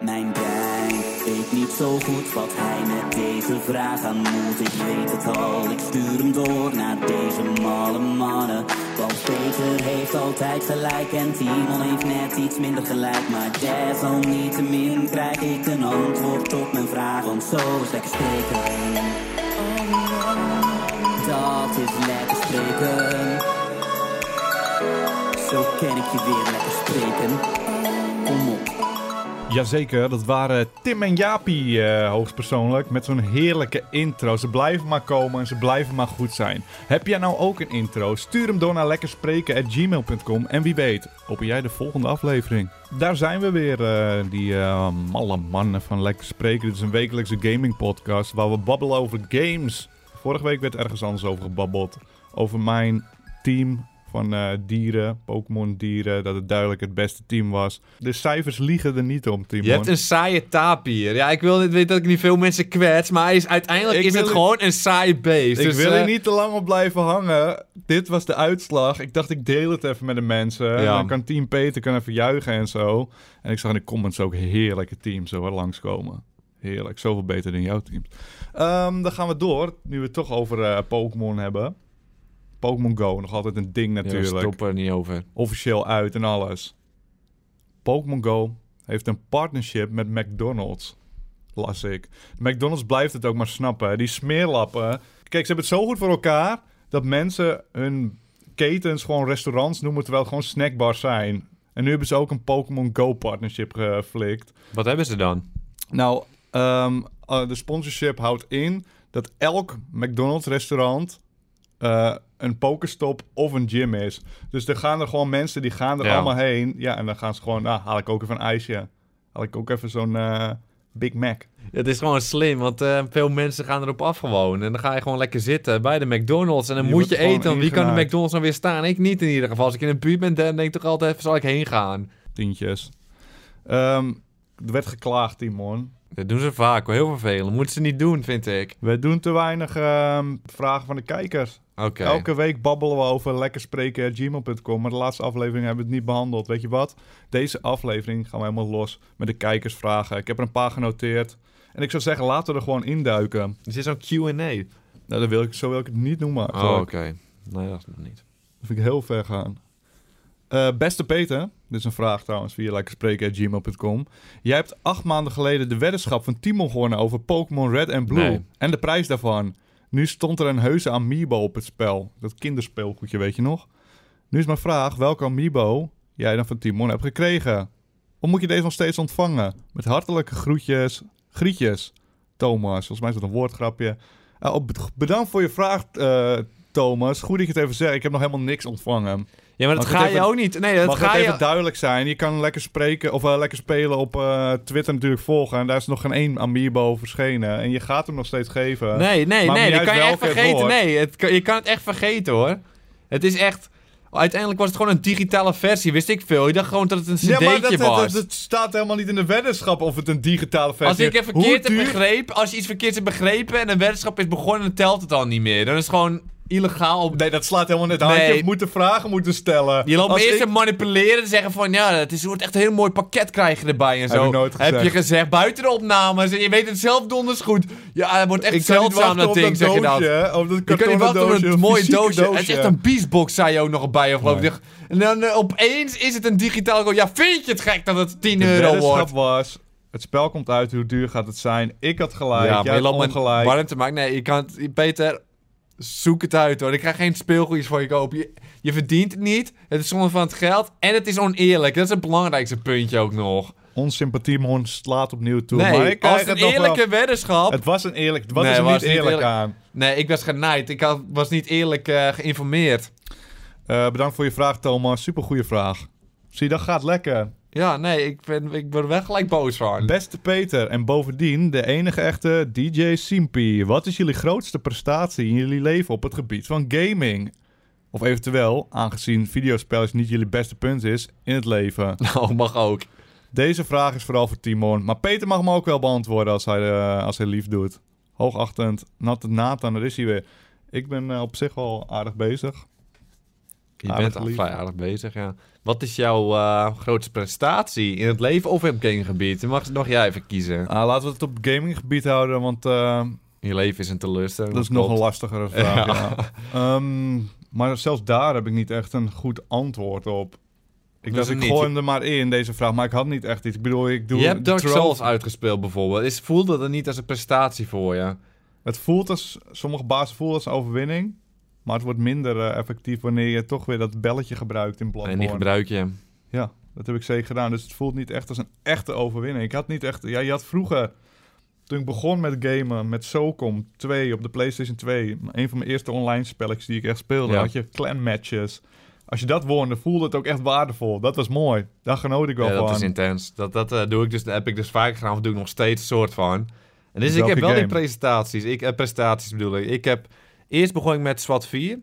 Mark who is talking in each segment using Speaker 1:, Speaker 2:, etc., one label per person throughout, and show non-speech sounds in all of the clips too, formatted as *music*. Speaker 1: Mijn brein weet niet zo goed wat hij met deze vraag aan moet. Ik weet het al, ik stuur hem door naar deze malle mannen. Want Peter heeft altijd gelijk en Timon heeft net iets minder gelijk. Maar desalniettemin krijg ik een antwoord op mijn vraag, want zo is lekker spreken. Dat is lekker spreken. Zo ken ik je weer lekker spreken. Kom op.
Speaker 2: Jazeker, dat waren Tim en Jaapie eh, hoogstpersoonlijk met zo'n heerlijke intro. Ze blijven maar komen en ze blijven maar goed zijn. Heb jij nou ook een intro? Stuur hem door naar lekkerspreken.gmail.com en wie weet, open jij de volgende aflevering. Daar zijn we weer, eh, die eh, malle mannen van Lekker Spreken. Dit is een wekelijkse gaming podcast waar we babbelen over games. Vorige week werd ergens anders over gebabbeld. Over mijn team van eh, dieren, Pokémon dieren, dat het duidelijk het beste team was. De cijfers liegen er niet om, Timon.
Speaker 3: Je hebt een saaie taap hier. Ja, ik wil niet weten dat ik niet veel mensen kwets, maar hij is, uiteindelijk
Speaker 2: Ik
Speaker 3: is
Speaker 2: wil
Speaker 3: het
Speaker 2: het-
Speaker 3: gewoon een saai beest.
Speaker 2: Ik
Speaker 3: Dus,
Speaker 2: wil
Speaker 3: eh,
Speaker 2: er niet te lang op blijven hangen. Dit was de uitslag. Ik dacht, ik deel het even met de mensen. En Dan kan team Peter kan even juichen en zo. En ik zag in de comments ook heerlijke teams zo hè, langskomen. Heerlijk. Zoveel beter dan jouw teams. Ehm, dan gaan we door. Nu we het toch over eh, Pokémon hebben. Pokémon Go, nog altijd een ding
Speaker 3: Ja, we
Speaker 2: natuurlijk
Speaker 3: stoppen er niet over.
Speaker 2: officieel uit en alles. Pokémon Go heeft een partnership met McDonald's. Las ik. McDonald's blijft het ook maar snappen. hè. Die smeerlappen. Kijk, ze hebben het zo goed voor elkaar dat mensen hun ketens gewoon restaurants noemen terwijl het gewoon snackbars zijn. En nu hebben ze ook een Pokémon Go partnership geflikt.
Speaker 3: Wat hebben ze dan?
Speaker 2: Nou, ehm, eh, de sponsorship houdt in dat elk McDonald's restaurant eh, een pokerstop of een gym is. Dus er gaan er gewoon mensen die gaan er
Speaker 3: Ja.
Speaker 2: allemaal heen. Ja, en dan gaan ze gewoon, nou, haal ik ook even een ijsje. Haal ik ook even zo'n eh, Big Mac.
Speaker 3: Het is gewoon slim, want eh, veel mensen gaan erop af gewoon. En dan ga je gewoon lekker zitten bij de McDonald's. En dan
Speaker 2: Je
Speaker 3: moet
Speaker 2: wordt
Speaker 3: je
Speaker 2: gewoon
Speaker 3: eten, want wie kan de
Speaker 2: ingenaaid.
Speaker 3: McDonald's nou weer staan? Ik niet in ieder geval. Als ik in de buurt ben, dan denk ik toch altijd, even, zal ik heen gaan?
Speaker 2: Tientjes. Ehm, er werd geklaagd, Timon.
Speaker 3: Dat doen ze vaak, hoor. heel vervelend. Moeten ze niet doen, vind ik.
Speaker 2: We doen te weinig ehm, vragen van de kijkers.
Speaker 3: Oké.
Speaker 2: Elke week babbelen we over lekkerspreken.gmail.com. Maar de laatste aflevering hebben we het niet behandeld. Weet je wat? Deze aflevering gaan we helemaal los met de kijkersvragen. Ik heb er een paar genoteerd. En ik zou zeggen, laten we er gewoon induiken.
Speaker 3: Er zit zo'n Q&A.
Speaker 2: Nou, dat wil ik, zo wil ik het niet noemen.
Speaker 3: Oh, oké.
Speaker 2: eigenlijk.
Speaker 3: Nee, dat is nog niet.
Speaker 2: Dat vind ik heel ver gaan. Eh, beste Peter, dit is een vraag trouwens via lekkerspreken.gmail.com. Jij hebt acht maanden geleden de weddenschap van Timon gewonnen over Pokémon Red en Blue.
Speaker 3: Nee.
Speaker 2: En de prijs daarvan. Nu stond er een heuse Amiibo op het spel. Dat kinderspeelgoedje, weet je nog? Nu is mijn vraag welke Amiibo jij dan van Timon hebt gekregen. Of moet je deze nog steeds ontvangen? Met hartelijke groetjes, grietjes. Thomas, volgens mij is dat een woordgrapje. Eh, op- bedankt voor je vraag, eh, Thomas. Goed dat je het even zegt. Ik heb nog helemaal niks ontvangen.
Speaker 3: Ja, maar dat
Speaker 2: Mag ik
Speaker 3: ga
Speaker 2: het
Speaker 3: je
Speaker 2: even-
Speaker 3: ook niet. Nee, dat
Speaker 2: Mag
Speaker 3: ga
Speaker 2: het even
Speaker 3: je...
Speaker 2: duidelijk zijn? Je kan lekker spreken of eh, lekker spelen op eh, Twitter natuurlijk volgen. En daar is nog geen één Amiibo verschenen. En je gaat hem nog steeds geven.
Speaker 3: Nee, nee,
Speaker 2: Maakt
Speaker 3: nee,
Speaker 2: niet uit
Speaker 3: dat kan je echt
Speaker 2: welke het
Speaker 3: vergeten.
Speaker 2: wordt.
Speaker 3: Nee, het kan- je kan het echt vergeten hoor. Het is echt. Uiteindelijk was het gewoon een digitale versie, wist ik veel. Je dacht gewoon dat het een
Speaker 2: Ja,
Speaker 3: cd'tje
Speaker 2: maar dat, dat,
Speaker 3: was.
Speaker 2: dat- dat staat helemaal niet in de weddenschap of het een digitale versie
Speaker 3: als ik het
Speaker 2: is.
Speaker 3: verkeerd
Speaker 2: Hoe
Speaker 3: heb
Speaker 2: duur-
Speaker 3: begrepen, als je iets verkeerd hebt begrepen en een weddenschap is begonnen, dan telt het al niet meer. Dan is het gewoon illegaal op.
Speaker 2: Nee, dat slaat helemaal net aan.
Speaker 3: Nee.
Speaker 2: Je hebt moeten vragen moeten stellen.
Speaker 3: Je loopt
Speaker 2: Als
Speaker 3: eerst
Speaker 2: ik-
Speaker 3: te manipuleren en zeggen van ja, het is, je wordt echt een heel mooi pakket krijg je erbij en zo.
Speaker 2: ik nooit
Speaker 3: Heb je
Speaker 2: gezegd.
Speaker 3: gezegd buiten de opnames en je weet het zelf donders goed. Ja, het wordt echt
Speaker 2: ik kan niet
Speaker 3: zeldzaam
Speaker 2: wachten
Speaker 3: dat
Speaker 2: op
Speaker 3: ding, zeg je dat.
Speaker 2: doosje, Op dat
Speaker 3: Je kan niet
Speaker 2: kartonnen
Speaker 3: wachten op
Speaker 2: doosje,
Speaker 3: een
Speaker 2: op
Speaker 3: mooi
Speaker 2: fysieke
Speaker 3: doosje. Het is echt een beastbox, zei je ook nog bij, geloof
Speaker 2: Nee.
Speaker 3: ik. En dan eh, opeens is het een digitaal code. Ja, vind je het gek dat het 10
Speaker 2: De
Speaker 3: euro
Speaker 2: weddenschap
Speaker 3: wordt?
Speaker 2: was... Het spel komt uit, hoe duur gaat het zijn? Ik had gelijk,
Speaker 3: Ja,
Speaker 2: jij
Speaker 3: je
Speaker 2: had
Speaker 3: loopt maar
Speaker 2: ongelijk.
Speaker 3: warm te maken. Nee, je kan het... Peter, zoek het uit hoor. Ik ga geen speelgoedjes voor je kopen. Je, je verdient het niet. Het is zonde van het geld. En het is oneerlijk. Dat is het belangrijkste puntje ook nog.
Speaker 2: Ons sympathiemon slaat opnieuw toe. maar
Speaker 3: Nee,
Speaker 2: ik
Speaker 3: als
Speaker 2: krijg
Speaker 3: het een
Speaker 2: het nog wel.
Speaker 3: eerlijke weddenschap...
Speaker 2: Het was een eerlijk. Wat
Speaker 3: Nee,
Speaker 2: is er
Speaker 3: was
Speaker 2: niet
Speaker 3: niet
Speaker 2: eerlijk,
Speaker 3: eerlijk.
Speaker 2: aan?
Speaker 3: Nee, ik was genaaid. Ik had- was niet eerlijk eh, geïnformeerd.
Speaker 2: Eh, bedankt voor je vraag, Thomas. Supergoeie vraag. Zie, dat gaat lekker.
Speaker 3: Ja, nee, ik, ben, ik word er wel gelijk boos van.
Speaker 2: Beste Peter en bovendien de enige echte DJ Simpy. Wat is jullie grootste prestatie in jullie leven op het gebied van gaming? Of eventueel, aangezien videospelers niet jullie beste punt is in het leven.
Speaker 3: *laughs* Nou, mag ook.
Speaker 2: Deze vraag is vooral voor Timon. Maar Peter mag hem ook wel beantwoorden als hij, eh, als hij lief doet. Hoogachtend. Nat- Nathan, daar is hij weer. Ik ben eh, op zich wel aardig bezig.
Speaker 3: Je
Speaker 2: Aardig
Speaker 3: bent al
Speaker 2: lief.
Speaker 3: vrij aardig bezig, ja. Wat is jouw eh, grootste prestatie in het leven of op gamegebied? Dan mag nog jij even kiezen.
Speaker 2: Ah, laten we het op gaminggebied houden, want eh,
Speaker 3: Je leven is een teleurstelling.
Speaker 2: dat is
Speaker 3: klopt.
Speaker 2: nog een lastigere vraag. ja. Ehm, maar zelfs daar heb ik niet echt een goed antwoord op. Ik dacht,
Speaker 3: Hoezo
Speaker 2: ik
Speaker 3: niet?
Speaker 2: gooi hem er maar in, deze vraag. Maar ik had niet echt iets. Ik bedoel, ik doe...
Speaker 3: Je hebt Dark
Speaker 2: Tro-
Speaker 3: Souls uitgespeeld bijvoorbeeld. Is, voelde dat niet als een prestatie voor je?
Speaker 2: Het voelt als... Sommige bazen voelen als een overwinning. Maar het wordt minder eh, effectief wanneer je toch weer dat belletje gebruikt in
Speaker 3: en
Speaker 2: Bloodborne.
Speaker 3: die gebruik je. hem.
Speaker 2: Ja, dat heb ik zeker gedaan. Dus het voelt niet echt als een echte overwinning. Ik had niet echt... Ja, je had vroeger... Toen ik begon met gamen, met SOCOM 2 op de PlayStation 2... een van mijn eerste online spelletjes die ik echt speelde...
Speaker 3: Ja.
Speaker 2: had je clan matches. Als je dat won, dan voelde het ook echt waardevol. Dat was mooi. Daar genoot ik wel
Speaker 3: Ja,
Speaker 2: van.
Speaker 3: dat is intens. Dat, dat eh, doe ik dus, dat heb ik dus vaak gedaan, of doe ik nog steeds een soort van. En dus ik
Speaker 2: Welke
Speaker 3: heb wel die
Speaker 2: game?
Speaker 3: presentaties. Ik heb prestaties bedoel ik. Ik heb eerst begon ik met SWAT 4.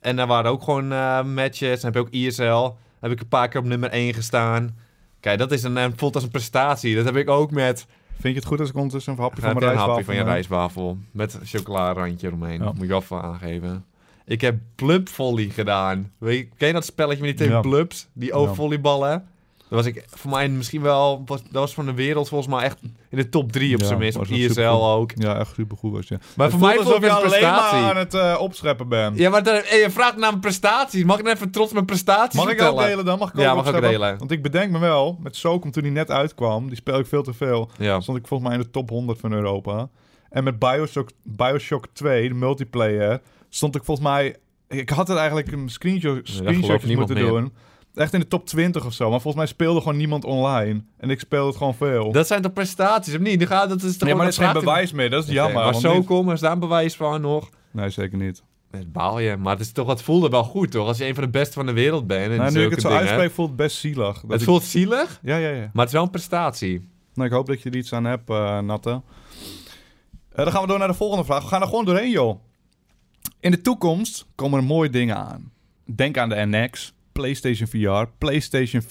Speaker 3: En daar waren ook gewoon eh, matches. Dan heb je ook ISL. Heb ik een paar keer op nummer 1 gestaan. Kijk, dat is een, eh, voelt als een prestatie. Dat heb ik ook met.
Speaker 2: Vind je het goed als ik ondertussen een hapje
Speaker 3: Ga
Speaker 2: van
Speaker 3: heb
Speaker 2: mijn
Speaker 3: je een
Speaker 2: rijstwafel
Speaker 3: hapje van je
Speaker 2: neem?
Speaker 3: rijstwafel. Met een chocolaarandje eromheen.
Speaker 2: Ja.
Speaker 3: Moet je wel voor aangeven. Ik heb Plump Volley gedaan. Weet je, ken je dat spelletje met die twee
Speaker 2: Ja.
Speaker 3: plubs? Die overvolleyballen. Dat was ik voor mij misschien wel... Was, dat was van de wereld volgens mij echt in de top 3 op
Speaker 2: Ja,
Speaker 3: zijn minst.
Speaker 2: was
Speaker 3: Op
Speaker 2: wel
Speaker 3: ISL
Speaker 2: supergoed.
Speaker 3: ook.
Speaker 2: Ja, echt supergoed was je.
Speaker 3: Maar voor mij
Speaker 2: alsof
Speaker 3: vond
Speaker 2: je
Speaker 3: het een
Speaker 2: alleen maar aan
Speaker 3: prestatie.
Speaker 2: het eh, opscheppen bent.
Speaker 3: Ja, maar dan, hey, je vraagt naar mijn prestaties. Mag ik dan even trots mijn prestaties
Speaker 2: Mag ik
Speaker 3: vertellen?
Speaker 2: dat delen dan? Mag ik ook
Speaker 3: Ja, mag ook
Speaker 2: opscheppen?
Speaker 3: delen.
Speaker 2: Want ik bedenk me wel, met Sokom toen die net uitkwam, die speel ik veel te veel.
Speaker 3: Ja.
Speaker 2: stond ik volgens mij in de top 100 van Europa. En met Bioshock, Bioshock 2, de multiplayer, stond ik volgens mij... Ik had er eigenlijk een screenshot,
Speaker 3: gelooft
Speaker 2: screenshotjes
Speaker 3: niemand
Speaker 2: moeten
Speaker 3: meer.
Speaker 2: doen. Echt in de top 20 of zo. Maar volgens mij speelde gewoon niemand online. En ik speelde het gewoon veel.
Speaker 3: Dat zijn toch prestaties, of niet? Dan gaat, dat is toch
Speaker 2: nee, maar
Speaker 3: dat
Speaker 2: dat is geen
Speaker 3: vraagt-
Speaker 2: bewijs meer. Dat is
Speaker 3: Oké,
Speaker 2: jammer.
Speaker 3: maar
Speaker 2: want
Speaker 3: zo
Speaker 2: niet-
Speaker 3: komen, is daar een bewijs van nog?
Speaker 2: Nee, zeker niet.
Speaker 3: Het baal je, maar het, is toch, het voelde wel goed, toch? Als je een van de beste van de wereld bent en
Speaker 2: Nou, nu
Speaker 3: zulke
Speaker 2: ik het zo
Speaker 3: dingen.
Speaker 2: uitspreek, voelt het best zielig. Dat
Speaker 3: het
Speaker 2: ik-
Speaker 3: voelt zielig,
Speaker 2: Ja, ja, ja.
Speaker 3: maar het is wel een prestatie.
Speaker 2: Nou, ik hoop dat je er iets aan hebt, eh, Natte. Eh, dan gaan we door naar de volgende vraag. We gaan er gewoon doorheen, joh. In de toekomst komen er mooie dingen aan. Denk aan de NX, PlayStation VR, PlayStation 4.5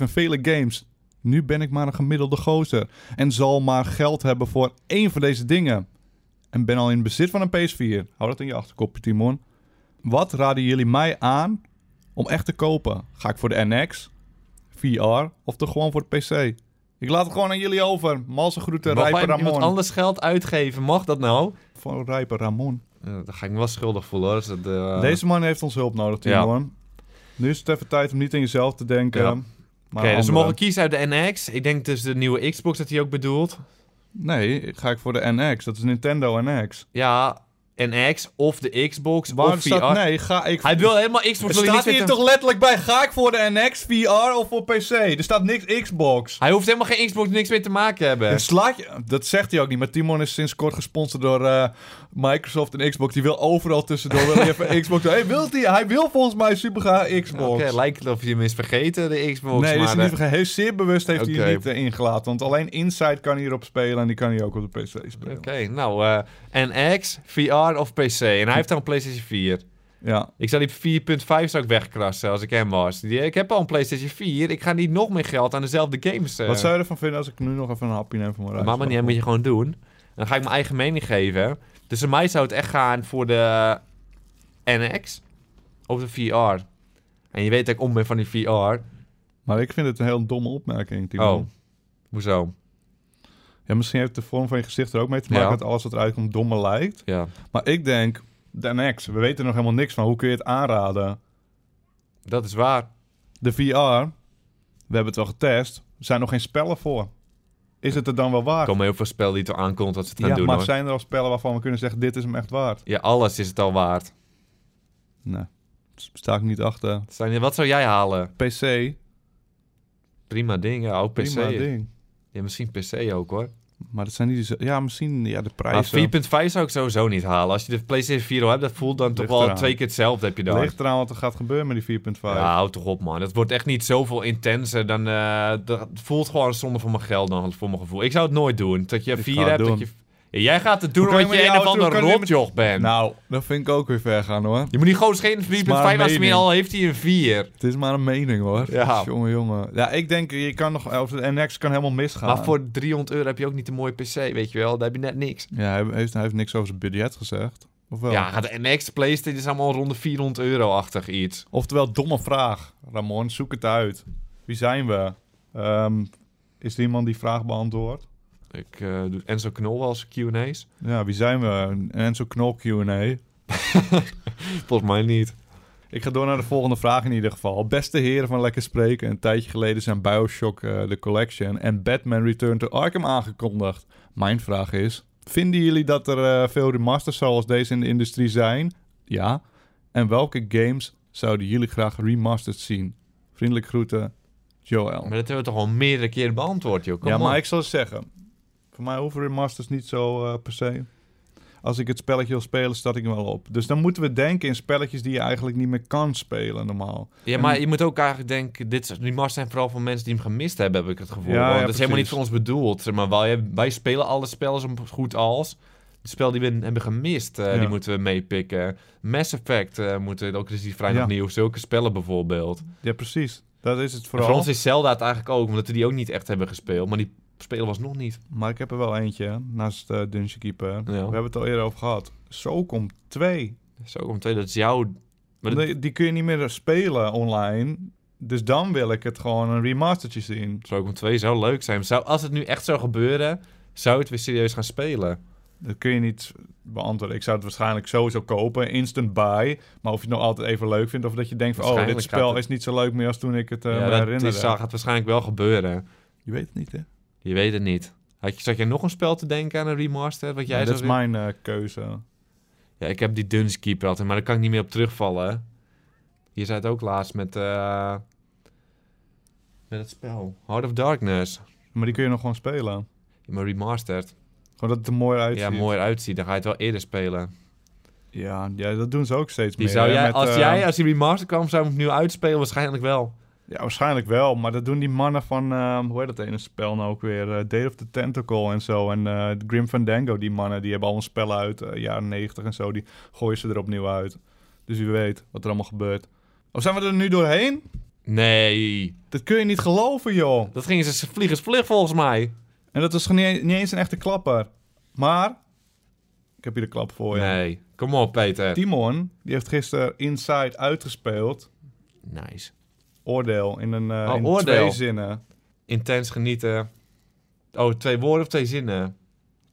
Speaker 2: en vele games. Nu ben ik maar een gemiddelde gozer en zal maar geld hebben voor één van deze dingen. En ben al in bezit van een PS4. Hou dat in je achterkopje, Timon. Wat raden jullie mij aan om echt te kopen? Ga ik voor de NX, VR of toch gewoon voor de PC? Ik laat het gewoon aan jullie over. Malse groeten,
Speaker 3: Mag
Speaker 2: Rijper
Speaker 3: wij iemand
Speaker 2: Ramon.
Speaker 3: anders geld uitgeven? Mag dat nou?
Speaker 2: Voor Rijper Ramon.
Speaker 3: Eh, dan ga ik me wel schuldig voelen, hoor. Dus dat, eh,
Speaker 2: Deze man heeft ons hulp nodig, Timon. Nu is het even tijd om niet aan jezelf te denken.
Speaker 3: Ja.
Speaker 2: maar
Speaker 3: Oké,
Speaker 2: aan
Speaker 3: dus we
Speaker 2: anderen.
Speaker 3: mogen kiezen uit de NX. Ik denk dus de nieuwe Xbox dat hij ook bedoelt.
Speaker 2: Nee, ga ik voor de NX. Dat is Nintendo NX.
Speaker 3: Ja, NX of de Xbox
Speaker 2: Waar
Speaker 3: of VR.
Speaker 2: staat... Nee, ga ik...
Speaker 3: Hij wil helemaal Xbox.
Speaker 2: Er
Speaker 3: wil hij,
Speaker 2: staat
Speaker 3: niks met
Speaker 2: hier
Speaker 3: hem-
Speaker 2: toch letterlijk bij, ga ik voor de NX, VR of voor PC? Er staat niks Xbox.
Speaker 3: hij hoeft helemaal geen Xbox niks mee te maken hebben.
Speaker 2: En slaat je- dat zegt hij ook niet, maar Timon is sinds kort gesponsord door eh, Microsoft en Xbox. Die wil overal tussendoor wil hij
Speaker 3: *laughs*
Speaker 2: even Xbox. Hey, wilt hij, hij wil volgens mij supergraag
Speaker 3: Oké,
Speaker 2: Xbox.
Speaker 3: lijkt het of je hem is vergeten, de
Speaker 2: nee,
Speaker 3: Xbox. maar eh,
Speaker 2: dat is
Speaker 3: de-
Speaker 2: niet vergeten. Heel zeer bewust heeft hij
Speaker 3: Oké.
Speaker 2: hier niet eh, ingelaten. Want alleen Inside kan hierop spelen en die kan hij ook op de PC
Speaker 3: Oké,
Speaker 2: spelen.
Speaker 3: nou, eh NX, VR of PC. En hij heeft dan een PlayStation 4.
Speaker 2: Ja,
Speaker 3: Ik zou die 4.5 zou ik wegkrassen als ik hem was. Die, ik heb al een PlayStation 4. Ik ga niet nog meer geld aan dezelfde games. eh.
Speaker 2: wat zou je ervan vinden als ik nu nog even een hapje neem van mijn
Speaker 3: Maar
Speaker 2: reis?
Speaker 3: Mama, niet, moet je gewoon doen. En dan ga ik mijn eigen mening geven. Dus in mij zou het echt gaan voor de NX of de VR. En je weet dat ik om ben van die VR.
Speaker 2: Maar ik vind het een heel domme opmerking, Timon.
Speaker 3: Oh, hoezo?
Speaker 2: Ja, misschien heeft de vorm van je gezicht er ook mee te maken
Speaker 3: Ja.
Speaker 2: dat alles wat eruit komt dommer lijkt.
Speaker 3: Ja.
Speaker 2: Maar ik denk, de NX, we weten er nog helemaal niks van. Hoe kun je het aanraden?
Speaker 3: Dat is waar.
Speaker 2: De VR, we hebben het wel getest, er zijn nog geen spellen voor. Is het er dan wel
Speaker 3: Er
Speaker 2: waard?
Speaker 3: komen heel veel spellen die het al aankomt wat ze het gaan
Speaker 2: ja,
Speaker 3: doen.
Speaker 2: maar
Speaker 3: hoor.
Speaker 2: zijn er al spellen waarvan we kunnen zeggen, dit is hem echt waard?
Speaker 3: Ja, alles is het al waard.
Speaker 2: Nee, sta ik niet achter.
Speaker 3: Zijn- Wat zou jij halen?
Speaker 2: PC,
Speaker 3: Prima ding, ja. Ook PC.
Speaker 2: prima ding.
Speaker 3: Ja, misschien PC ook hoor.
Speaker 2: Maar dat zijn niet... zo- Ja, misschien ja, de
Speaker 3: Maar
Speaker 2: prijzen.
Speaker 3: 4.5 zou ik sowieso niet halen. Als je de PlayStation 4 al hebt, dat voelt dan toch
Speaker 2: Ligt
Speaker 3: wel
Speaker 2: eraan.
Speaker 3: twee keer hetzelfde heb je dan.
Speaker 2: ligt eraan wat er gaat gebeuren met die 4.5.
Speaker 3: Ja, hou toch op man. Het wordt echt niet zoveel intenser dan... eh, dat voelt gewoon zonde voor mijn geld dan, voor mijn gevoel. Ik zou het nooit doen. Dat je
Speaker 2: Ik ga
Speaker 3: 4
Speaker 2: het
Speaker 3: hebt,
Speaker 2: doen.
Speaker 3: dat je... Ja, jij gaat het doen
Speaker 2: Hoe kan je
Speaker 3: omdat je
Speaker 2: met
Speaker 3: een
Speaker 2: die
Speaker 3: of
Speaker 2: auto- hoe
Speaker 3: ander
Speaker 2: kan je met-
Speaker 3: rotjoch bent.
Speaker 2: Nou, dat vind ik ook weer ver gaan hoor.
Speaker 3: Je moet niet gewoon geen 4.5
Speaker 2: maar een
Speaker 3: als hij
Speaker 2: mening.
Speaker 3: al heeft hij een 4.
Speaker 2: Het is maar een mening hoor.
Speaker 3: Ja.
Speaker 2: *laughs* Jongen, jongen. Ja, ik denk, je kan nog... Of de NX kan helemaal misgaan.
Speaker 3: Maar voor 300 euro heb je ook niet een mooie PC, weet je wel. Daar heb je net niks.
Speaker 2: Ja, hij heeft, hij heeft niks over zijn budget gezegd. Of wel?
Speaker 3: Ja, de next PlayStation is allemaal rond de 400 euro-achtig iets.
Speaker 2: Oftewel, domme vraag. Ramon, zoek het uit. Wie zijn we? Ehm, is er iemand die vraag beantwoordt?
Speaker 3: Ik eh, doe Enzo Knol wel eens Q&A's.
Speaker 2: Ja, wie zijn we? Een Enzo Knol Q&A.
Speaker 3: Volgens mij niet.
Speaker 2: Oh. Ik ga door naar de volgende vraag in ieder geval. Beste heren van Lekker Spreken, een tijdje geleden zijn Bioshock eh, The Collection en Batman Return to Arkham aangekondigd. Mijn vraag is, vinden jullie dat er eh, veel remasters zoals deze in de industrie zijn? Ja. En welke games zouden jullie graag remastered zien? Vriendelijk groeten, Joel.
Speaker 3: Maar dat hebben we toch al meerdere keren beantwoord, joh. Kom
Speaker 2: ja, maar
Speaker 3: op.
Speaker 2: ik zal het zeggen. Voor mij hoeven remasters niet zo eh, per se. Als ik het spelletje wil spelen, start ik hem wel op. Dus dan moeten we denken in spelletjes die je eigenlijk niet meer kan spelen normaal.
Speaker 3: Ja, maar je moet ook eigenlijk denken... Dit, is- die mars zijn vooral voor mensen die hem gemist hebben, heb ik het gevoel.
Speaker 2: Ja,
Speaker 3: Want
Speaker 2: ja,
Speaker 3: dat is helemaal niet
Speaker 2: precies.
Speaker 3: voor ons bedoeld. Zeg maar wij, wij spelen alle spellen zo goed als. De spel die we hebben gemist, eh,
Speaker 2: Ja.
Speaker 3: die moeten we meepikken. Mass Effect eh, moeten we ook eens die vrij
Speaker 2: Ja.
Speaker 3: opnieuw. Zulke spellen bijvoorbeeld.
Speaker 2: Ja, precies. Dat is het
Speaker 3: En
Speaker 2: vooral.
Speaker 3: Voor ons is Zelda het eigenlijk ook, omdat we die ook niet echt hebben gespeeld. Maar die spelen was nog niet.
Speaker 2: Maar ik heb er wel eentje hè, naast eh Dungeon Keeper. We hebben het al eerder over gehad. Socom 2.
Speaker 3: Zo komt het, dat is jouw... Maar dat-
Speaker 2: Nee, Die kun je niet meer spelen online. Dus dan wil ik het gewoon een remastertje zien.
Speaker 3: Dragon 2 zou leuk zijn. Zou, als het nu echt zou gebeuren, zou het weer serieus gaan spelen.
Speaker 2: Dat kun je niet beantwoorden. Ik zou het waarschijnlijk sowieso kopen, instant buy. Maar of je het nog altijd even leuk vindt of dat je denkt van... oh, dit
Speaker 3: Waarschijnlijk
Speaker 2: spel
Speaker 3: gaat het-
Speaker 2: is niet zo leuk meer als toen ik het eh me
Speaker 3: ja, dat
Speaker 2: herinnerde.
Speaker 3: is, zou- gaat waarschijnlijk wel gebeuren.
Speaker 2: Je weet het niet, hè?
Speaker 3: Je weet het niet. Had je, zat jij nog een spel te denken aan een remaster? Wat jij
Speaker 2: Ja, dat
Speaker 3: zou
Speaker 2: is
Speaker 3: willen?
Speaker 2: mijn eh, keuze.
Speaker 3: Ja, ik heb die Dunskeeper altijd, maar daar kan ik niet meer op terugvallen. Je zei het ook laatst met... eh, met het spel. Heart of Darkness.
Speaker 2: Maar die kun je nog gewoon spelen.
Speaker 3: Maar remastered.
Speaker 2: Gewoon dat het er mooi uitziet.
Speaker 3: Ja, mooi uitziet. Dan ga je het wel eerder spelen.
Speaker 2: Ja, ja, dat doen ze ook steeds
Speaker 3: Die
Speaker 2: meer.
Speaker 3: zou
Speaker 2: hè,
Speaker 3: jij,
Speaker 2: met,
Speaker 3: als
Speaker 2: eh,
Speaker 3: jij, als die remaster kwam, zou je hem nu uitspelen? Waarschijnlijk wel.
Speaker 2: Ja, waarschijnlijk wel. Maar dat doen die mannen van, ehm, hoe heet dat ene spel nou ook weer? eh Day of the Tentacle en zo. En eh Grim Fandango, die mannen, die hebben allemaal spellen uit eh, jaren 90 en zo. Die gooien ze er opnieuw uit. Dus wie weet wat er allemaal gebeurt. Of zijn we er nu doorheen?
Speaker 3: Nee.
Speaker 2: Dat kun je niet geloven, joh.
Speaker 3: Dat ging ze vliegensvlug volgens mij.
Speaker 2: En dat was e-, niet, niet eens een echte klapper. Maar, ik heb hier de klap voor je.
Speaker 3: Nee. Kom op, Peter.
Speaker 2: Timon, Oh die heeft gisteren Inside uitgespeeld.
Speaker 3: Nice.
Speaker 2: Oordeel in, een, eh,
Speaker 3: Oh,
Speaker 2: in
Speaker 3: oordeel.
Speaker 2: twee zinnen.
Speaker 3: Intens genieten. Oh, twee woorden of twee zinnen?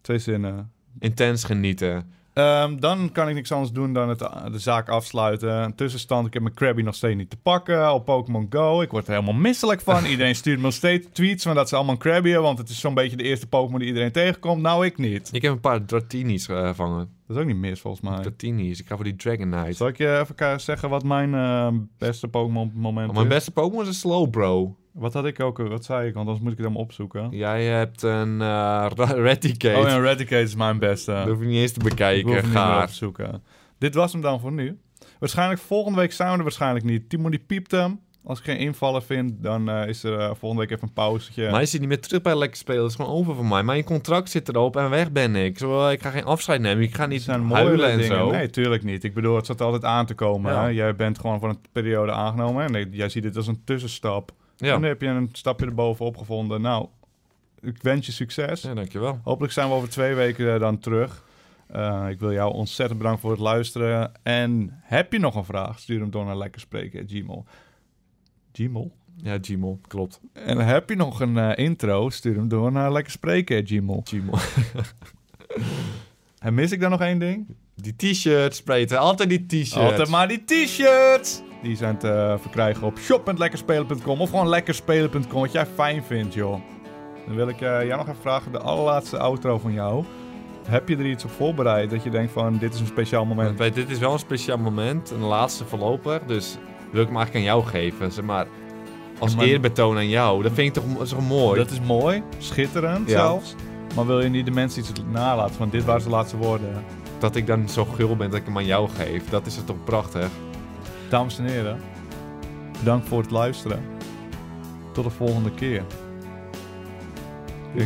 Speaker 2: Twee zinnen.
Speaker 3: Intens genieten.
Speaker 2: Ehm, dan kan ik niks anders doen dan het, eh, de zaak afsluiten. Een tussenstand, ik heb mijn Krabby nog steeds niet te pakken op Pokémon Go. Ik word er helemaal misselijk van. Iedereen stuurt me nog steeds tweets van dat ze allemaal een Krabby hebben. Want het is zo'n beetje de eerste Pokémon die iedereen tegenkomt. Nou, ik niet.
Speaker 3: Ik heb een paar Dratini's gevangen.
Speaker 2: Dat is ook niet mis, volgens mij.
Speaker 3: Dratini's. Ik ga voor die Dragonite.
Speaker 2: Zal ik je even ka- zeggen wat mijn eh, beste Pokémon op het moment
Speaker 3: Oh, mijn
Speaker 2: is?
Speaker 3: beste Pokémon is een Slowbro.
Speaker 2: Wat had ik ook? eh, Wat zei ik? Want anders moet ik het helemaal opzoeken.
Speaker 3: Jij hebt een eh *laughs* Ra- Raticate.
Speaker 2: Oh ja, Raticate is mijn beste.
Speaker 3: Dat hoef je niet eens te
Speaker 2: Ik hoef
Speaker 3: bekijken.
Speaker 2: hem niet meer op
Speaker 3: Gaar.
Speaker 2: te zoeken. Dit was hem dan voor nu. Waarschijnlijk volgende week zijn we er waarschijnlijk niet. Timon die piept hem. Als ik geen invallen vind, dan eh, is er eh, volgende week even een pauzetje.
Speaker 3: Maar je zit niet meer terug bij Lekker Spelen. Dat is gewoon over voor mij. Mijn contract zit erop en weg ben ik. Zo, eh, ik ga geen afscheid nemen. Ik ga
Speaker 2: Het
Speaker 3: niet
Speaker 2: zijn
Speaker 3: huilen en
Speaker 2: dingen.
Speaker 3: zo.
Speaker 2: Nee, tuurlijk niet. Ik bedoel, het zat altijd aan te komen.
Speaker 3: Ja.
Speaker 2: hè. Jij bent gewoon voor een periode aangenomen. En ik- jij ziet dit als een tussenstap. En
Speaker 3: Ja.
Speaker 2: nu heb je een stapje erbovenop gevonden. Nou, ik wens je succes.
Speaker 3: ja, dankjewel.
Speaker 2: Hopelijk zijn we over twee weken eh, dan terug. Eh, ik wil jou ontzettend bedanken voor het luisteren. En heb je nog een vraag? Stuur hem door naar lekkerspreken. Gmail. Gmail?
Speaker 3: Ja, Gmail. Klopt.
Speaker 2: En heb je nog een eh, intro? Stuur hem door naar lekkerspreken. Gmail.
Speaker 3: Gmail.
Speaker 2: En mis ik dan nog één ding?
Speaker 3: Die t-shirts, Peter. Altijd die t-shirts.
Speaker 2: Altijd maar die t-shirts! Die zijn te eh, verkrijgen op shop.lekkerspelen.com of gewoon lekkerspelen.com. Wat jij fijn vindt, joh. Dan wil ik eh, jou nog even vragen, de allerlaatste outro van jou. Heb je er iets op voorbereid dat je denkt van dit is een speciaal moment?
Speaker 3: Want, Peter, dit is wel een speciaal moment. Een laatste voorlopig. Dus wil ik hem eigenlijk aan jou geven. Zeg maar, als
Speaker 2: Ja, maar-
Speaker 3: eerbetoon aan jou. Dat vind ik toch, zo mooi.
Speaker 2: Dat is mooi, schitterend
Speaker 3: Ja.
Speaker 2: zelfs. Maar wil je niet de mensen iets nalaten? Want dit waren zijn laatste woorden.
Speaker 3: Dat ik dan zo gul ben dat ik hem aan jou geef. Dat is het toch prachtig.
Speaker 2: Dames en heren, bedankt voor het luisteren. Tot de volgende keer.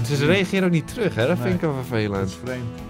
Speaker 3: Ze reageren ook niet terug, hè? Dat
Speaker 2: Nee.
Speaker 3: vind ik wel vervelend.
Speaker 2: vreemd.